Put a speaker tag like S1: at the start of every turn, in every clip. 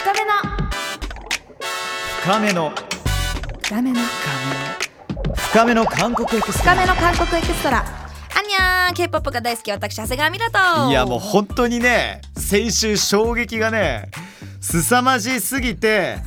S1: 深めの
S2: 深
S1: 深め
S2: めの
S1: の
S2: 深めの韓国エクスト
S1: 深
S2: ラ
S1: めの韓国エクストラあにゃー K-POP が大好き私長谷川ミラと
S2: いやもう本当にね先週衝撃がね凄まじす ぎて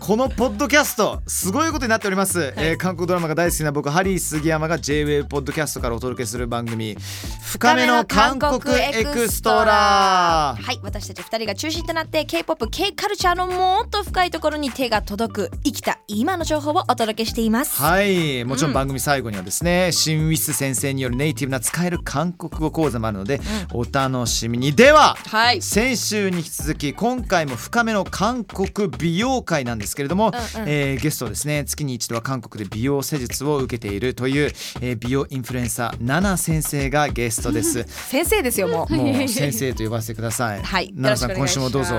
S2: このポッドキャストすごいことになっております、えー韓国ドラマが大好きな僕ハリー杉山が JWAVE ポッドキャストからお届けする番組「深めの韓国エクストラ」
S1: はい私たち2人が中心となって K-POP、K カルチャーのもっと深いところに手が届く生きた今の情報をお届けしています
S2: はいもちろん番組最後にはですね、シン・ウィス先生によるネイティブな使える韓国語講座もあるので、お楽しみにでは
S1: はい
S2: 先週に引き続き今回も深めの韓国美容会なんですけれども、
S1: うんうん
S2: えーゲストはですね月に一度は韓国で美容施術を受けているという、えー美容インフルエンサーナナ先生がゲストです。
S1: 先生ですよもう
S2: も う先生と呼ばせてください。
S1: はい
S2: ナナさん
S1: よろ
S2: 今
S1: し
S2: 週
S1: くお願いします
S2: もどうぞ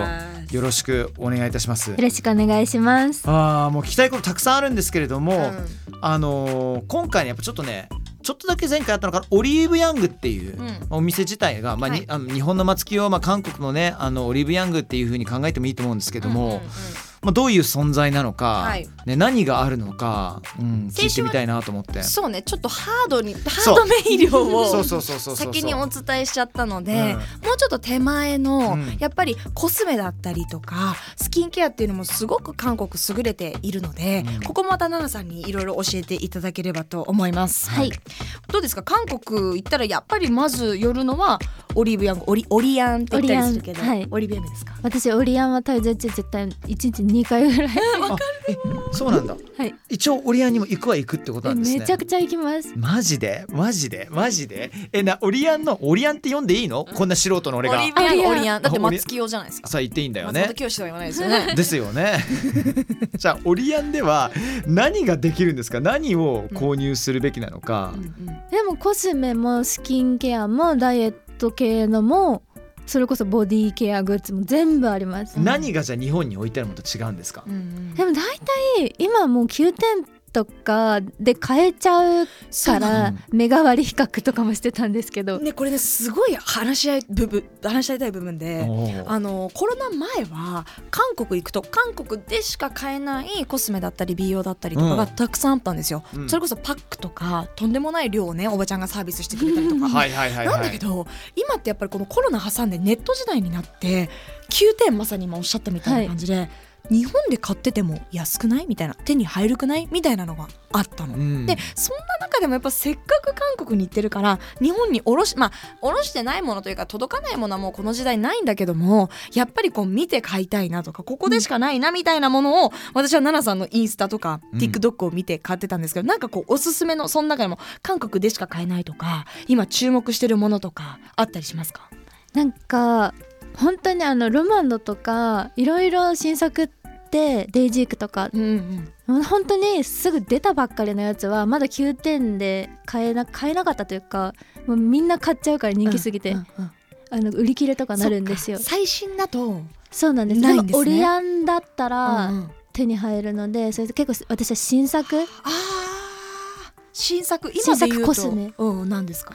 S2: よろしくお願いいたします。
S3: よろしくお願いします。
S2: ああもう聞きたいことたくさんあるんですけれども、
S1: うん
S2: あのー今回ねやっぱちょっとねちょっとだけ前回あったのかなオリーブヤングっていう
S1: うん
S2: お店自体が、まあに
S1: はい
S2: あの日本の松木を、まあ、韓国のねあのオリーブヤングっていう風に考えてもいいと思うんですけど
S1: う
S2: も、
S1: んうんうん
S2: まあ、どういう存在なのか、
S1: はい
S2: ね、何があるのか、うん、聞
S1: 先
S2: いて
S1: 週は
S2: みたいなと思って。
S1: そうねちょっとハードにハ
S2: そ
S1: ー
S2: う
S1: ドメイ料を
S2: そうそうそうそうそうそう
S1: 先にお伝えしちゃったので、
S2: うん
S1: もうちょっと手前の、
S2: うん
S1: やっぱりコスメだったりとかスキンケアっていうのもすごく韓国優れているので、
S2: うん
S1: ここもまた奈々さんにいろいろ教えていただければと思います。
S3: はい、
S1: どうですか韓国行ったらやっぱりまず寄るのはオリーブヤングオリオリアンって言ったりするけどオ
S3: オ
S1: リ,、
S3: リアンはい
S1: ーブヤングですか
S3: 私オリアンは滞在中絶対一日二回 ぐらい。
S2: あえそうなんだ
S3: はい。
S2: 一応オリアンにも行くは行くってことなんですね
S3: めちゃくちゃ行きます。
S2: マジでマジでマジでえなオリアンのオリアンって読んでいいの、こんな素人の
S1: オ
S2: 俺が
S1: リーブヤング
S3: あ
S1: オ
S3: いや
S1: リアンだって
S2: あオリ
S1: 松木用じゃないですか。
S2: さあ言っていいんだよ
S1: 松
S2: ね
S1: 本清とは言わないですよね。
S2: ですよね。じゃあオリアンでは何ができるんですか何を購入するべきなのか
S1: うん、うん
S3: でもコスメもスキンケアもダイエット系のもそれこそボディケアグッズも全部あります。
S2: 何がじゃあ日本に置いてあるのと違うんですか、
S1: うんうん
S3: でも大体今もう9点とかで買えちゃう
S1: そう
S3: か
S1: なの
S3: ら目代わり比較とかもしてたんですけど。
S1: ねこれねすごい話し合い部分話し合いたい部分で。
S2: おー
S1: あのコロナ前は韓国行くと韓国でしか買えないコスメだったり美容だったりとか
S2: う
S1: が
S2: ん
S1: たくさんあったんですよ、
S2: うん
S1: それこそパックとかとんでもない量をねおばちゃんがサービスしてくれたりとか、
S2: はいはいはいは
S1: な
S2: い。
S1: んだけど今ってやっぱりこのコロナ挟んでネット時代になって9点まさに今おっしゃったみたいな感じで、日本で買ってても安くないみたいな手に入るくないみたいなのがあったの
S2: う。ん、
S1: でそんな中でもやっぱせっかく韓国に行ってるから日本におろしまあおろしてないものというか届かないものはもうこの時代ないんだけどもやっぱりこう見て買いたいなとかここでしかないなみたいなものを私は奈々さんのインスタとか
S2: うん
S1: TikTok を見て買ってたんですけど、なんかこうおすすめのその中でも韓国でしか買えないとか今注目してるものとかあったりしますか
S3: なんか本当にあのロマンドとかいろいろ新作ってデイジークとか
S1: うんうん
S3: 本当にすぐ出たばっかりのやつはまだ9点で買えな買えなかったというかもうみんな買っちゃうから人気すぎて、
S1: うんうん
S3: あの売り切れとかなるんですよ
S1: そっ
S3: そ
S1: か最新だと、
S3: うなんです
S1: ないんですね
S3: でもオリアンだった
S1: うん
S3: ら
S1: うん
S3: 手に入るので、それで結構私は新作
S1: あー新作今で言うと
S3: 新作コスメ
S1: うん何ですか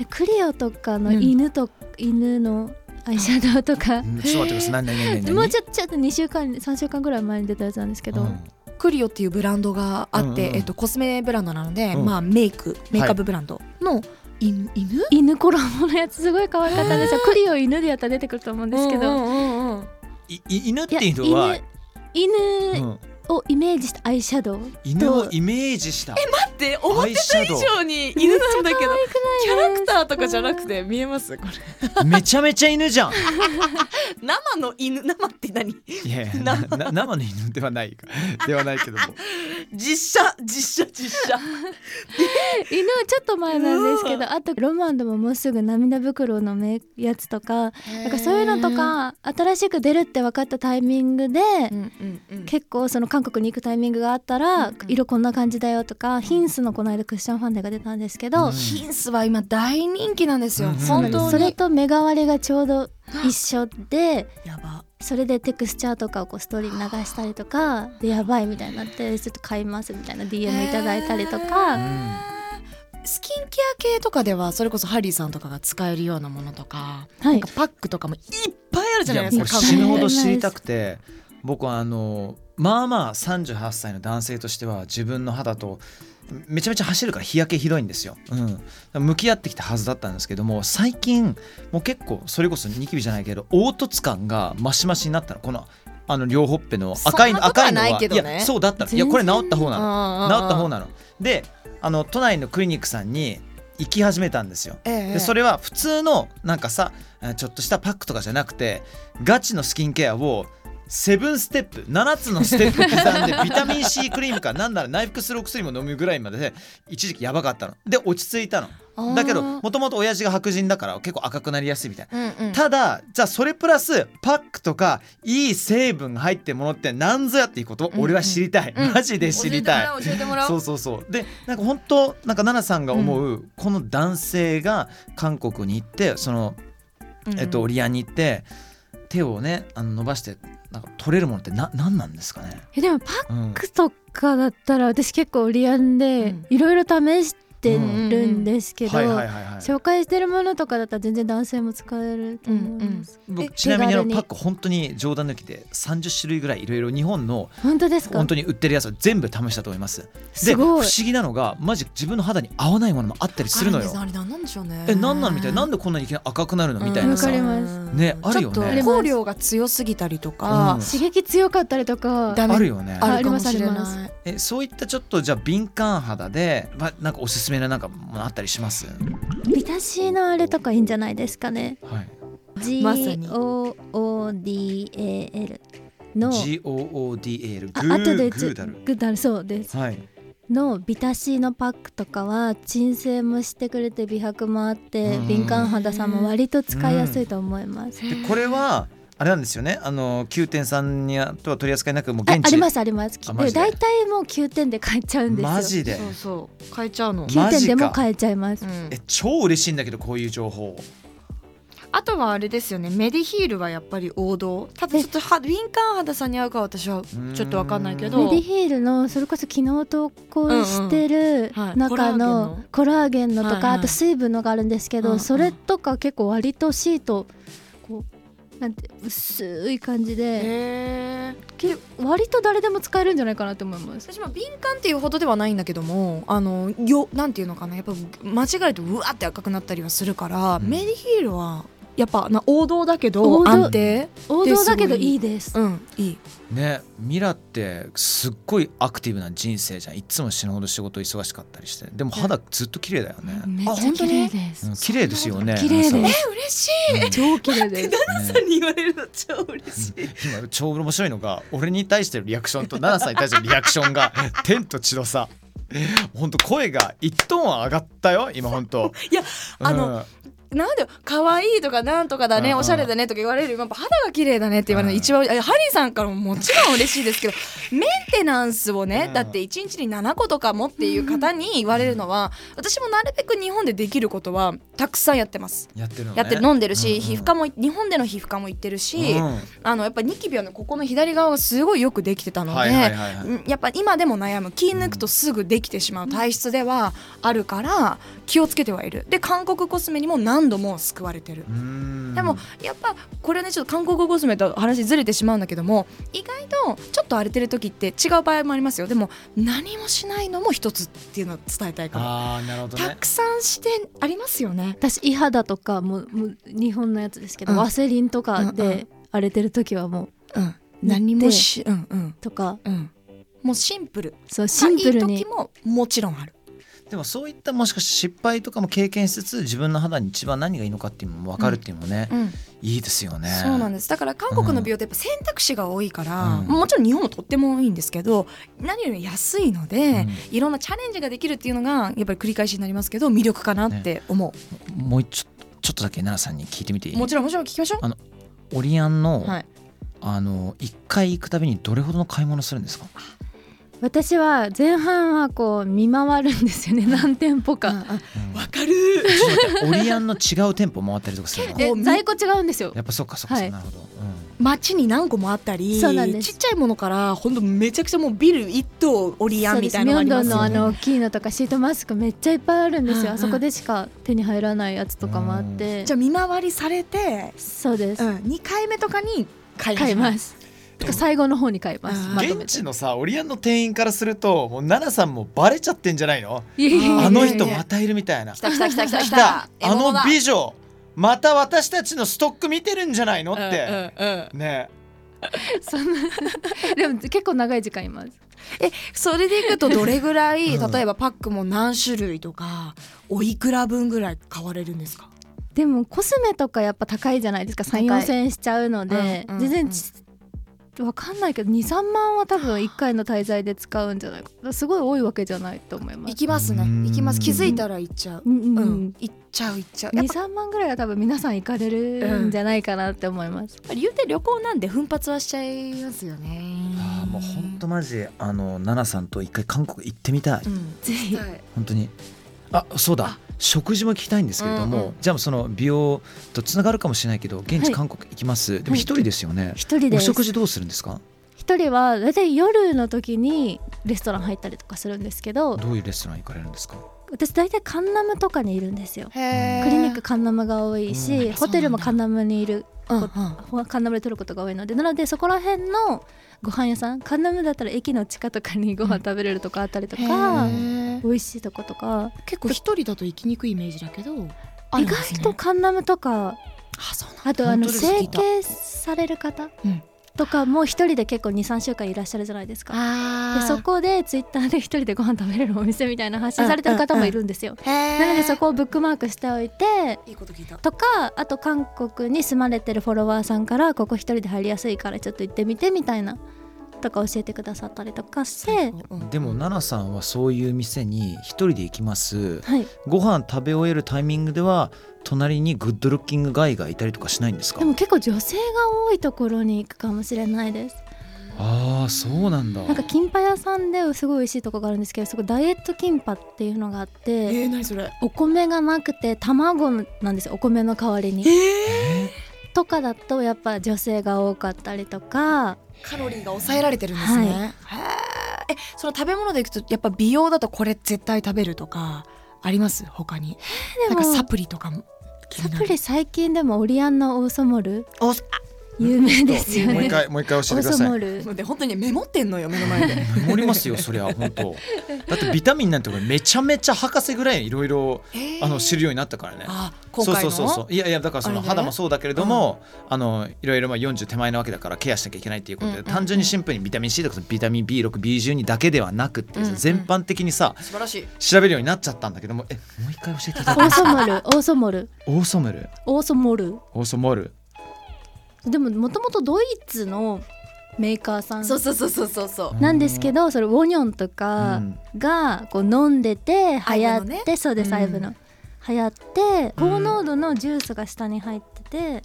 S3: えクリオとかの
S1: うん
S3: 犬と、犬のアイシャドウとか、
S2: うんちょっと待ってください。何何何何
S3: もうちょちょっと2週間3週間ぐらい前に出たやつなんですけど、
S2: うん
S1: クリオっていうブランドがあって、
S2: うんうんうん
S1: えっと、コスメブランドなので、
S2: うん
S1: まあ、メイクメイクアップブランドの犬,、犬
S3: 犬衣のやつすごい可愛かったんですよクリオ犬でやったら出てくると思うんですけど、
S1: うんうんうんうん
S2: いい犬っ
S3: い
S2: て
S3: や
S2: いうのは、
S3: 犬
S2: う
S3: 犬
S2: ん、
S3: をイメージしたアイシャドウ
S2: 犬をイメージした
S1: で
S2: アイシャド
S1: 常に犬なんだけどキャラクターとかじゃなくて
S3: て
S1: 見えますこれ
S2: ウ。めちゃめちゃ犬じゃん。
S1: 生の犬生って何
S2: いやいやな な生の犬ではないかではないけども。
S1: 実写実写実写
S3: 犬はちょっと前なんですけどあとロマンドももうすぐ涙袋のめやつとかなんかそういうのと、か新しく出るって分かったタイミングで、
S1: うんうんうん、
S3: 結構その韓国に行くタイミングがあったら、
S1: うんうん
S3: 色こんな感じだよとか、ヒンスのこの間クッションファンデが出たんですけど、
S2: うん
S1: ヒンスは今大人気なんですよ、
S2: うんうん
S3: そうな
S1: 本
S3: んです
S1: 当
S3: それ
S1: に
S3: と目代わりがちょうど一緒で。
S1: やば
S3: それでテクスチャーとかをこうストーリーに流したりとかでやばいみたいになってちょっと買いますみたいな DM いただいたりと
S1: へ
S3: か、
S1: ースキンケア系とかではそれこそハリーさんとかが使えるようなものとか
S3: は
S1: なん
S3: い
S1: かパックとかもいっぱいあるじゃない
S2: や
S1: です
S2: も
S1: か
S2: う
S1: 韓
S2: 死
S1: 国
S2: ぬ
S1: っ
S2: ほ
S1: て
S2: ど知りたくて僕はあのまあまあ38歳の男性としては自分の肌とめちゃめちゃ走るから日焼けひどいんですよ、うん、向き合ってきたはずだったんですけども最近もう結構それこそニキビじゃないけど凹凸感がマシマシになったのこのあの両ほっぺの赤いの
S1: そんなこと
S2: 赤
S1: はい
S2: の
S1: ないけどね
S2: いやそうだったのいやこれ治った方なの治
S1: 治
S2: った方なのであの都内のクリニックさんに行き始めたんですよ
S1: ええ
S2: でそれは普通のなんかさあちょっとしたパックとかじゃなくてガチのスキンケアをセブンステップ7つのステップ刻ん でビタミン C クリームかなんなら内服するお薬も飲むぐらいまでで一時期やばかったので落ち着いたのだけど
S1: あー
S2: もともと親父が白人だから結構赤くなりやすいみたいな
S1: うんうん
S2: ただじゃあそれプラスパックとかいい成分が入ってるものって何ぞやっていうことを俺は知りたい、
S1: うん
S2: マジで知りたい、
S1: 教えてもらおう教えてもらお
S2: そううそうそうでなんか本当なんか奈々さんが思う、この男性が韓国に行ってその、
S1: うんうん
S2: えっと、リアに行って手をねあの伸ばしてなんか取れるものってな何なんですかね、
S3: えでもパ
S2: うん
S3: ックとかだったら私結構リアンで
S1: うん
S3: いろいろ試してるんですけど、
S2: はいはいはいはい
S3: 紹介してるものとかだったら全然男性も使えると思います、
S1: え
S2: 僕ちなみにあ
S3: 手
S2: の
S3: 軽に
S2: パック本当に冗談抜きで30種類ぐらいいろいろ日本の
S3: 本当ですか
S2: 本当に売ってるやつを全部試したと思いますです不思
S3: ごい
S2: 議なのがマジ自分の肌に合わないものもあったりするのよ
S1: あれなんなんでしょうね
S2: え何なんみたいななんでこんなにいきなり赤くなるのみたいなさ
S3: わかります
S2: ねあるよね
S1: ちょっと光量が強すぎたりとか
S2: うん、
S3: 刺激強かったりとか
S1: ダメ
S2: あるよね
S1: あるかもしれ
S3: ありますあ
S1: ない
S2: えそういったちょっとじゃあ敏感肌で、まあ、なんかおすすめななんかものあったりします
S3: ビタシーのあれとかいいんじゃないですかね
S2: はい
S1: まさに
S3: GOODAL の
S2: GOODAL グ
S3: あ後で
S2: ーグ
S3: ちょ
S2: ーダル
S3: グーダルそうです
S2: はい
S3: のビタシーのパックとかは鎮静もしてくれて美白もあって
S2: うん
S3: 敏感肌さんも割と使いやすいと思います、
S2: でこれはあれなんですよねあの9.3にあとは取り扱いなくもう
S3: あ
S2: 現地
S3: ありますあります
S2: あマジで
S3: だいたいもう9点で買えちゃうんですよ
S2: マジで
S1: そうそう変えちゃうの、
S3: 9
S2: マジ
S3: 点
S2: か
S3: でも買えちゃいます
S1: うん
S2: え超嬉しいんだけどこういう情報
S1: あとはあれですよねメディヒールはやっぱり王道ただちょっとは敏感肌さんに合うかは私はちょっとわかんないけ
S2: うん
S3: メ
S1: ど
S3: ディヒールのそれこそ昨日投稿して
S1: う
S3: る
S1: んうんはい
S3: 中のコラーゲンのと
S1: はいは
S3: か
S1: い
S3: あと水分のがあるんですけ
S1: うんう
S3: ど
S1: ん
S3: それとか結構割とシートこうなんて薄い感じで
S1: へー
S3: け割と誰でも使えるんじゃないかなと思います。
S1: 私も敏感っていうほどではないんだけどもあのよなんていうのかなやっぱ間違えるとうわって赤くなったりはするから、
S2: うん
S1: メディヒールはやっぱな王道だけ
S3: 王
S1: ど
S3: 道
S1: 安定
S3: 王道だけどいいです。
S1: うんいい
S2: ねミラってすっごいアクティブな人生じゃんいつも死ぬほど仕事忙しかったりしてでも肌ずっと綺麗だよね、
S3: めっ
S1: あ
S3: ちゃ
S1: 本当
S3: 綺
S1: に
S3: 麗です。
S2: うん綺麗ですよね
S3: 綺麗
S2: なん
S3: で
S2: か
S3: す。
S1: 嬉し
S3: 超綺麗で す。
S2: ね
S1: に言われるの超嬉しい
S2: 今超面白いのが俺に対してのリアクションと奈々さんに対してのリアクショ ンが天と地の差本当声が一トーン上がったよ今本当
S1: いやあのなんで可愛いとかなんとかだ
S2: うん
S1: ね
S2: うん
S1: おしゃれだねとか言われるよりもやっぱ肌が綺麗だねって言われるの一番いやハリーさんからももちろん嬉しいですけどメンテナンスを
S2: う
S1: ね
S2: ん
S1: だって1日に7個とかもっていう方に言われるのは私もなるべく日本でできることはたくさんやってます。
S2: やってるのね
S1: やってる飲んでる
S2: うう
S1: し皮膚科も日本での皮膚科も行ってるし
S2: うん
S1: あのやっぱニキビはねここの左側がすごいよくできてたの
S2: はいはいはい
S1: で
S2: はい
S1: うんやっぱ今でも悩む気抜くとすぐできてしまう体質ではあるから気をつけてはいるで韓国コスメにも何度も救われてる
S2: うーん
S1: でもやっぱこれねちょっと韓国語コスメと話ずれてしまうんだけども意外とちょっと荒れてる時って違う場合もありますよでも何もしないのも一つっていうのを伝えたいから、
S2: ああなるほど
S1: た
S2: ね
S1: くさんしてありますよね
S3: 私イハダとかもうもう日本のやつですけど、
S1: うん
S3: ワセリンとか
S1: うんう
S3: で荒れてる時はもう
S1: うん何もしうんうん
S3: とか
S1: うんもうシンプル
S3: そうシンプル
S1: いい
S3: に
S1: 時ももちろんある
S2: でもそういったもしかして失敗とかも経験しつつ自分の肌に一番何がいいのかっていうのも分かるっていうのもね、
S1: うん
S2: いいですよね
S1: そうなんですだから韓国の美容ってやっぱ選択肢が多いから、
S2: うん
S1: もちろん日本もとっても多いんですけど何より安いので、いろんなチャレンジができるっていうのがやっぱり繰り返しになりますけど魅力かなって思う、
S2: もうちょちょっとだけ奈々さんに聞いてみていい
S1: もちろんもちろん聞きましょう
S2: オリアンの、
S1: はい
S2: あの一回行くたびにどれほどの買い物するんですか
S3: 私は前半はこう見回るんです よね何店舗か
S1: わかる
S2: ちょっと待ってオリアンの違う店舗回ったりとかするの
S1: え
S3: で
S1: こう
S3: 在庫違うんですよ
S2: やっぱそっかそっか、
S3: はい
S2: なるほど、う
S1: 街に何個もあったり
S3: そうなんです
S1: ちっちゃいものから本当めちゃくちゃもうビル一棟オリアンみたいなのがあり
S3: ミョンド
S1: ま
S3: ン
S1: す
S3: の
S1: よ
S3: あ
S1: ね
S3: の大きいのとかシートマスクめっちゃいっぱいあるんで
S1: う
S3: す
S1: んう
S3: よ
S1: ん
S3: あそこでしか手に入らないやつとかもあって
S1: じゃあ見回りされて、
S3: そうです
S1: うん、2回目とかに買い
S3: 買いますすとか最後の方に買います
S1: あー
S3: まと
S2: 現
S3: めて
S2: 地のさオリアンの店員からするともう奈々さんもバレちゃってんじゃないの
S3: いやいやいやいや
S2: あの人またいるみたい な
S1: 来た来た来た来た来
S2: 来
S1: た
S2: た
S1: 獲
S2: あ
S1: 物
S2: の
S1: だ
S2: 美女また私たちのストック見てるんじゃないのって、
S1: うんうんうん
S2: ね
S3: そんな でも結構長い時間います
S1: えそれでいくとどれぐらい、
S2: うん
S1: 例えばパックも何種類とかおいくら分ぐらい買われるんですか
S3: でもコスメとかやっぱ高いじゃないですか
S1: 高い
S3: 34千円しちゃうので、
S1: うんうん
S3: 全然ちわかんないけど23万は多分1回の滞在で使うんじゃないかだからすごい多いわけじゃないと思いま
S1: 行
S3: す
S1: きますね
S2: うん
S1: 行きます気づいたら行っちゃう
S3: うんうん
S1: う、
S3: うんん
S1: 行っちゃう行っちゃうやっぱ
S3: 23万ぐらいは多分皆さん行かれるんじゃないかなって思います、
S1: やっぱり言うて旅行なんで奮発はしちゃいますよね
S2: あーもうほんとマジあの奈々さんと一回韓国行ってみたい
S1: うん
S3: ぜひ
S1: はい
S2: 本当にあそうだ食事も聞きたいんですけれども、
S1: うんうん
S2: じゃあその美容とつながるかもしれないけど現
S3: は
S2: 地
S3: い
S2: 韓国行きます、でも
S3: はい
S2: 一人ですよね、
S3: 一人で
S2: お
S3: す
S2: 食事どうするんですか
S3: 一人は大体夜の時にレストラン入ったりとかするんですけど
S2: どういうレストラン行かれるんですか
S3: 私大体カンナムとかにいるんですよ
S1: へー
S3: クリニックカンナムが多いし、
S2: うん
S3: ホテルもカンナムにいる
S1: うんうん
S3: ほカンナムで取ることが多いのでなのでそこら辺のご飯屋さんカンナムだったら駅の地下とかにご飯食べれるとかあったりと
S1: へ
S3: か、
S1: ー
S3: 美味しいとことか
S1: 結構一人だと行きにくいイメージだけど
S3: 意外とカンナムとか
S1: あそうなんだ
S3: あとあの
S2: 本当です
S3: 整形される方
S1: うん
S3: とかも一人で結構23週間いらっしゃるじゃないですか。
S1: あ
S3: でそこでツイッターで一人でご飯食べれるお店みたいな発信されてる方もいるんですよ。なのでそこをブックマークしておいて
S1: いいこと聞いた
S3: とかあと韓国に住まれてるフォロワーさんからここ一人で入りやすいからちょっと行ってみてみたいなとか教えてくださったりとかして、
S2: でも奈々さんはそういう店に一人で行きます
S3: はい、
S2: ご飯食べ終えるタイミングでは隣にグッドルッキングガイがいたりとかしないんですか
S3: でも結構女性が多いところに行くかもしれないです
S2: ああそうなんだ
S3: なんかキンパ屋さんですごい美味しいとこがあるんですけどそこダイエットキンパっていうのがあって
S1: えー、何それ
S3: お米がなくて卵なんですよお米の代わりに
S1: え
S2: え
S3: とかだとやっぱ女性が多かったりとか
S1: ー、カロリーが抑えられてるんです
S3: は
S1: ね、へーえその食べ物でいくとやっぱ美容だとこれ絶対食べるとかあります他にな
S3: で
S1: んか
S3: もサ
S1: サプリとかも気にな
S3: プ
S1: る
S3: リ最近でもオリアンナオーソモル
S1: お
S3: 有名ですよね
S2: もう一回もう一回教え
S3: オ
S2: て
S3: ー
S2: くだ
S3: ソ
S2: さ
S3: モ
S2: い
S3: ル
S1: ので本当にメモってんのよ目の前 で
S2: 盛りますよそりゃ本当だってビタミンなんてこれめちゃめちゃ博士ぐらいいろいろあの知るようになったからね
S1: あ今回の
S2: そうそうそうそういやいやだからそ
S1: あ
S2: の
S1: れね
S2: 肌もそうだけれどもあ,、のいろいろまあ40手前なわけだからケアしなきゃいけないっていうことで、
S1: うんうんうん
S2: 単純にシンプルにビタミン C とかビタミン B6B12 だけではなくっていうさ、
S1: うんうん
S2: 全般的にさ
S1: 素晴らしい
S2: 調べるようになっちゃったんだけどもえもう一回教えていた
S3: オー
S2: だ
S3: ソモルオーソモル
S2: オーソムル
S3: オーソモル
S2: オーソモル
S3: でももともとドイツのメーカーさ
S1: そうんそうそうそうそうそう
S3: なんですけどそれウォニョンとかがこう飲んでて
S1: 相
S3: 流
S1: 棒の
S3: 行っ
S1: ね
S3: てそうです
S1: うん
S3: イブの流行って高濃度のジュースが下に入ってて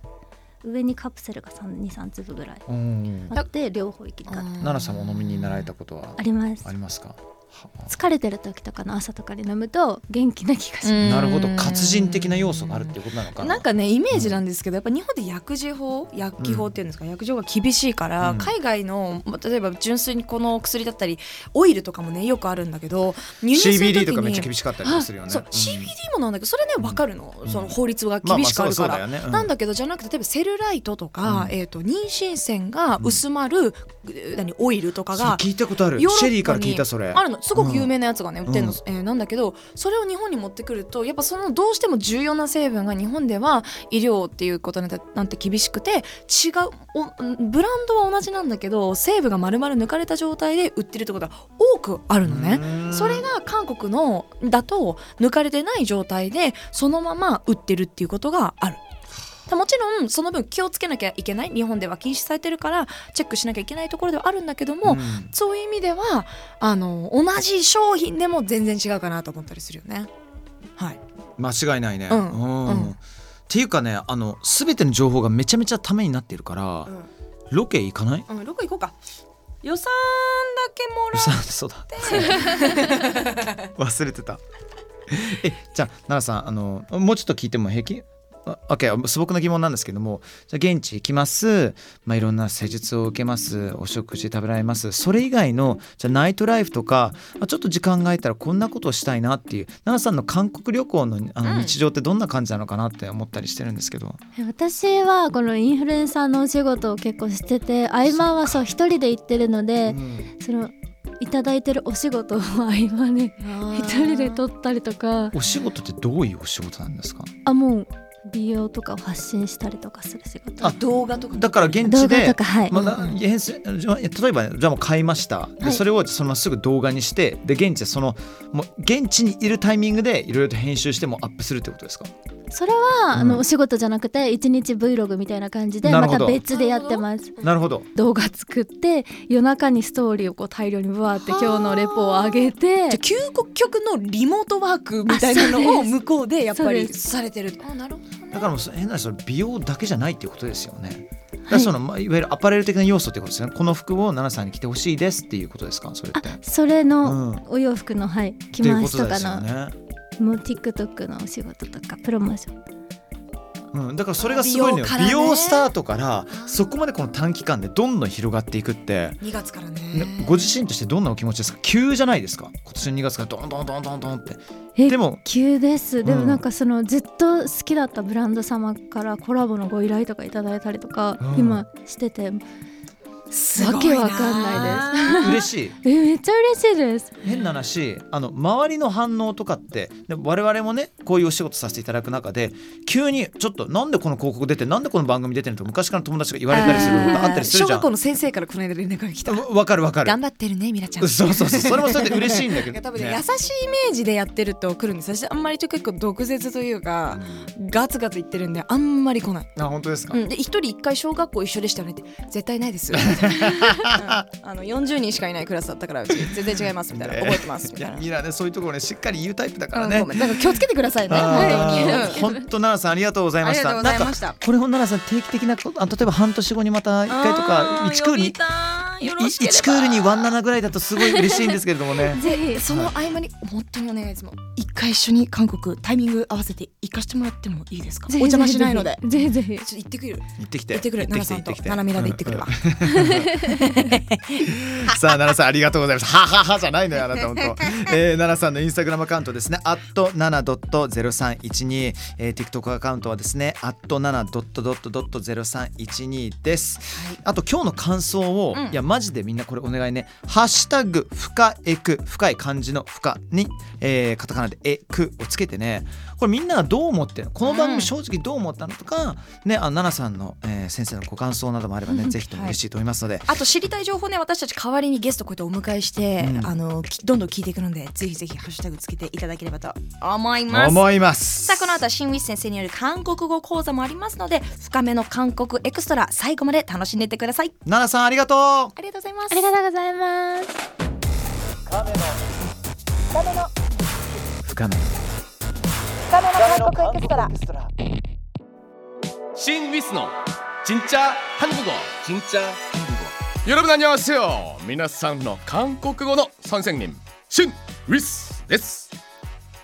S3: 上にカプセルが23粒ぐらい
S2: うん
S3: あって両方行きが
S2: 奈々さんもお飲みになられたことは
S3: あります
S2: ありますかは
S3: 疲れてる時とかの朝とかに飲むと元気な気がします
S2: なるほど活人的な要素があるっていうことなのかな
S1: なんかねイメージなんですけどやっぱ日本で薬事法薬機法っていうんですか、薬事法が厳しいから、
S2: うん
S1: 海外のまあ例えば純粋にこの薬だったりオイルとかもねよくあるんだけど輸入する時に
S2: CBD とかめっちゃ厳しかったりもするよね
S1: そう、
S2: ん
S1: CBD もなんだけどそれね分かるの、
S2: うん
S1: その法律が
S2: まあ
S1: 厳
S2: まあ
S1: しくある
S2: そ
S1: か
S2: うそう
S1: ら。
S2: だよねうん
S1: なんだけどじゃなくて例えばセルライトとか、
S2: うん
S1: えー、と妊娠線が薄まる、何オイルとか
S2: それ
S1: が
S2: 聞いたことある
S1: ヨーロッパに
S2: シェリーから聞いたそれ
S1: あるのすごく有名なやつがね、
S2: ん
S1: 売ってるの、えーなんだけどそれを日本に持ってくるとやっぱそのどうしても重要な成分が日本では医療っていうことなんてなんて厳しくて違うおんブランドは同じなんだけど成分が丸々抜かれた状態で売ってるってことが多くあるのね。
S2: うん
S1: それが韓国のだと抜かれてない状態でそのまま売ってるっていうことがある。もちろんその分気をつけなきゃいけない日本では禁止されてるからチェックしなきゃいけないところではあるんだけども、
S2: うん
S1: そういう意味ではあの同じ商品でも全然違うかなと思ったりするよね。はい、
S2: 間違いないね。
S1: うん
S2: うん
S1: うん
S2: っていうかねあの全ての情報がめちゃめちゃためになっているから、ロケ行かない
S1: うん、6行こうか。予算だけも
S2: う
S1: ら
S2: さそう だ忘れてた。えじゃあ奈々さんあのもうちょっと聞いても平気あ OK 素朴な疑問なんですけどもじゃあ現地行きます、まあ、いろんな施術を受けますお食事食べられますそれ以外のじゃあナイトライフとかあちょっと時間が空いたらこんなことをしたいなっていう奈々さんの韓国旅行のあ
S1: うん
S2: の日常ってどんな感じなのかなって思ったりしてるんですけど、
S3: 私はこのインフルエンサーのお仕事を結構してて合間はそう一人で行ってるの
S2: う
S3: で
S2: ん
S3: そのいただいてるお仕事を合間に一人で撮ったりとか
S2: お仕事ってどういうお仕事なんですか
S3: あもう美容とかを発信したりとかする仕事
S2: あ
S1: 動画とか
S2: だから現
S3: 動
S2: 地
S3: 画
S2: で
S3: とかはい、
S2: まあ
S1: う
S2: なん編集じゃあ例えば、ね、じゃあもう買いました、で
S3: はい
S2: それをそのまますぐ動画にしてで現地でそのもう現地にいるタイミングでいろいろと編集してもうアップするってことですか
S3: それは、
S2: うん
S3: あのお仕事じゃなくて一日 Vlog みたいな感じで
S2: なる
S3: ま
S2: ほ
S3: た
S2: ど
S3: 別でやってます
S2: なるほど
S3: 動画作って夜中にストーリーをこう大量にぶわーって今日のレポを上げて
S1: じゃあ究極のリモートワークみたいなのを
S3: あそうです
S1: 向こうでやっぱ
S3: そう
S1: り
S3: で
S1: されてるあなるほどね
S2: だからもうそ変な話その美容だけじゃないっていうことですよねだからその、まあ、いわゆるアパレル的な要素ってことですよねこの服を奈々さんに着てほしいですっていうことですかそれって
S3: あそれの、
S2: うんっ
S3: お洋服のはい着
S2: ていう
S3: 回
S2: こ
S3: し
S2: と
S3: と
S2: で
S3: か
S2: す
S3: の
S2: よね、
S3: もう TikTok のお仕事とかプロモーション
S2: うん、だからそれがすごいの
S1: 美
S2: よ
S1: 容からね
S2: 美容スタートからそこまでこの短期間でどんどん広がっていくって
S1: 2月から
S2: ね
S1: ね
S2: ご自身としてどんなお気持ちですか急じゃないですか今年の2月からどんどんどんどんどんって
S3: え
S2: でも
S3: 急ですでも
S2: うん
S3: なんかそのずっと好きだったブランド様からコラボのご依頼とかいただいたりとか、
S2: うん
S3: 今してて
S1: す
S3: わけわかんない
S1: です
S2: 嬉しい
S3: えめっちゃ嬉しいです
S2: 変な話あの周りの反応とかってで我々もねこういうお仕事させていただく中で急にちょっとなんでこの広告出てなんでこの番組出てると昔からの友達が言われたりすることあったりする
S1: 小
S2: じゃ
S1: 学
S2: ん
S1: 校の先生からこの間連絡が来た
S2: わわかるわかる
S1: 頑張ってるねミラちゃん
S2: そうそうそうそれもそれで嬉しいんだけ
S1: い
S2: ど
S1: や多分ね
S2: ね
S1: 優しいイメージでやってると来るんです私あんまり結構毒舌というかガツガツ言ってるんであんまり来ない、
S2: あ本当ですか、
S1: うん、で一人一回小学校一緒でしたよねって絶対ない です、うんあの40人しかいないクラスだったからうち全然違いますみたいな
S2: ね
S1: 覚えてますみ
S2: い
S1: たい
S2: や
S1: な
S2: ミラねそういうところねしっかり言うタイプだから
S1: うん
S2: ね
S1: ごめんなんか気をつけてくださいね
S2: あ
S1: 本
S2: ー
S1: 当にうん
S2: 本当奈々さんありがとうございました
S1: ありがとうございました
S2: なんかこれも奈々さん定期的なことあ例えば半年後にまた一回とか
S1: あー
S2: 一クール
S1: 呼び
S2: に
S1: たいよろしければ
S2: 1クールにワンナナぐらいだとすごい嬉しいんですけれど もね
S3: ぜひ
S1: その合間に本当にお願いですもう一回一緒に韓国タイミング合わせて行かしてもらってもいいですかお
S3: ぜひ
S1: 邪魔しないので
S3: ぜひぜひ
S1: ちょっと行ってくる
S2: 行ってきて
S1: 行ってくる奈良さんと奈良ミラで行ってくるわ、
S2: さあ奈良さんありがとうございます。はははじゃないのよあなた本当。えー、奈良さんのインスタグラムアカウントですね。at 7 0 3 1 2えー、TikTok アカウントはですね at 7 0 3 1 2です。あと今日の感想を、
S1: うん
S2: いやマジでみんなこれお願いね。ハッシュタグ深エク深い漢字の深に、えー、カタカナでエクをつけてね。これみんながどう思ってるのこの番
S1: うん
S2: 組正直どう思ったのとか、ねあの奈良さんの、えー、先生のご感想などもあればね、ぜひとも嬉しいと思いますので。
S1: あと知りたい情報ね私たち代わりにゲストこうやってお迎えして、
S2: うん
S1: あのきどんどん聞いていくのでぜひぜひハッシュタグつけていただければと思います。
S2: 思います。
S1: さあこの後は新ウィス先生による韓国語講座もありますので深めの韓国エクストラ最後まで楽しんでいってください
S2: 奈良さんありがと
S1: ありがとうございます
S3: ありがとうございます
S2: う深め
S4: 신 위스노 진짜 한국어 진짜 한국어 여러분 안녕하세요 미나상노 한국어의 선생님 신 위스 です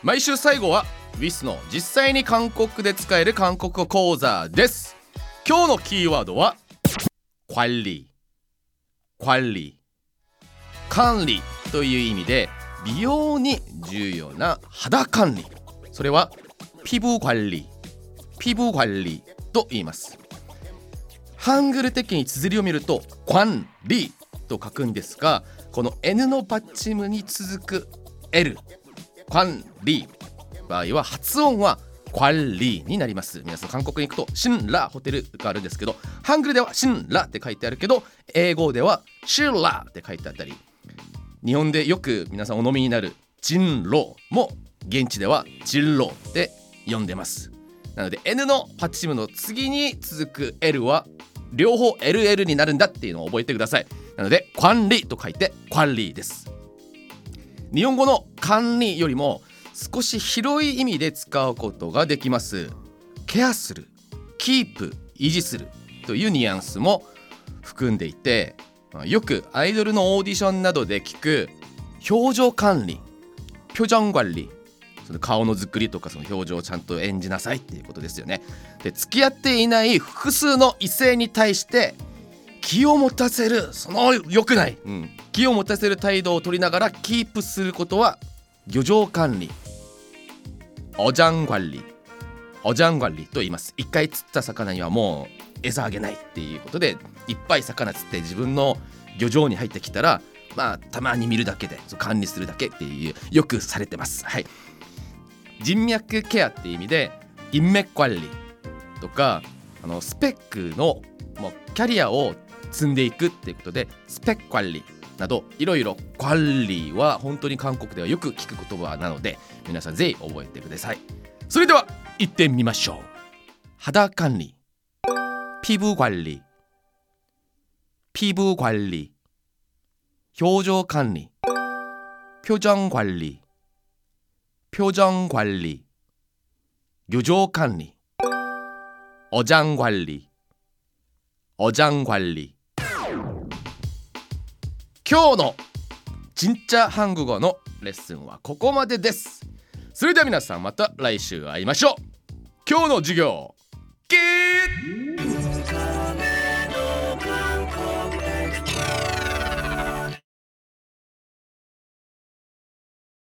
S4: 毎週最後はウィスの実際に韓国で使える韓国語講座です今日のキーワードは管理管理管理という意味で美容に重要な肌管理それはピブ管理ピブ管理と言いますハングル的に綴りを見ると「管理」と書くんですがこの N のパッチムに続く L 管理場合は発音は管理になります皆さん韓国に行くとシンラホテルがあるんですけどハングルではシンラって書いてあるけど英語ではシンラって書いてあったり日本でよく皆さんお飲みになるジンローも現地ではジンローって呼んでますなので N のパチムの次に続く L は両方 LL になるんだっていうのを覚えてくださいなので管理と書いて管理です日本語の管理よりも少し広い意味で使うことができますケアするキープ維持するというニュアンスも含んでいてまあよくアイドルのオーディションなどで聞く表情管理、표정管理、その顔の作りとかその表情をちゃんと演じなさいっていうことですよね。で付き合っていない複数の異性に対して気を持たせるその良くない、うん、気を持たせる態度を取りながらキープすることは漁場管理おじゃん管理おじゃん管理と言います一回釣った魚にはもう餌あげないっていうことでいっぱい魚釣って自分の漁場に入ってきたらまあたまに見るだけでそう管理するだけっていうよくされてますはい人脈ケアっていう意味で人脈管理とかあのスペックのもうキャリアを積んでいくっていうことでスペック管理などいろいろ管理は本当に韓国ではよく聞く言葉なので皆さんぜひ覚えてくださいそれでは行ってみましょう肌管理피부관리피부관리表情管理표정관리 표정 관리 요조 관리 어장 관리 어장 관리 今日の진짜韓国語のレッスンはここまでですそれでは皆さんまた来週会いましょう今日の授業キッ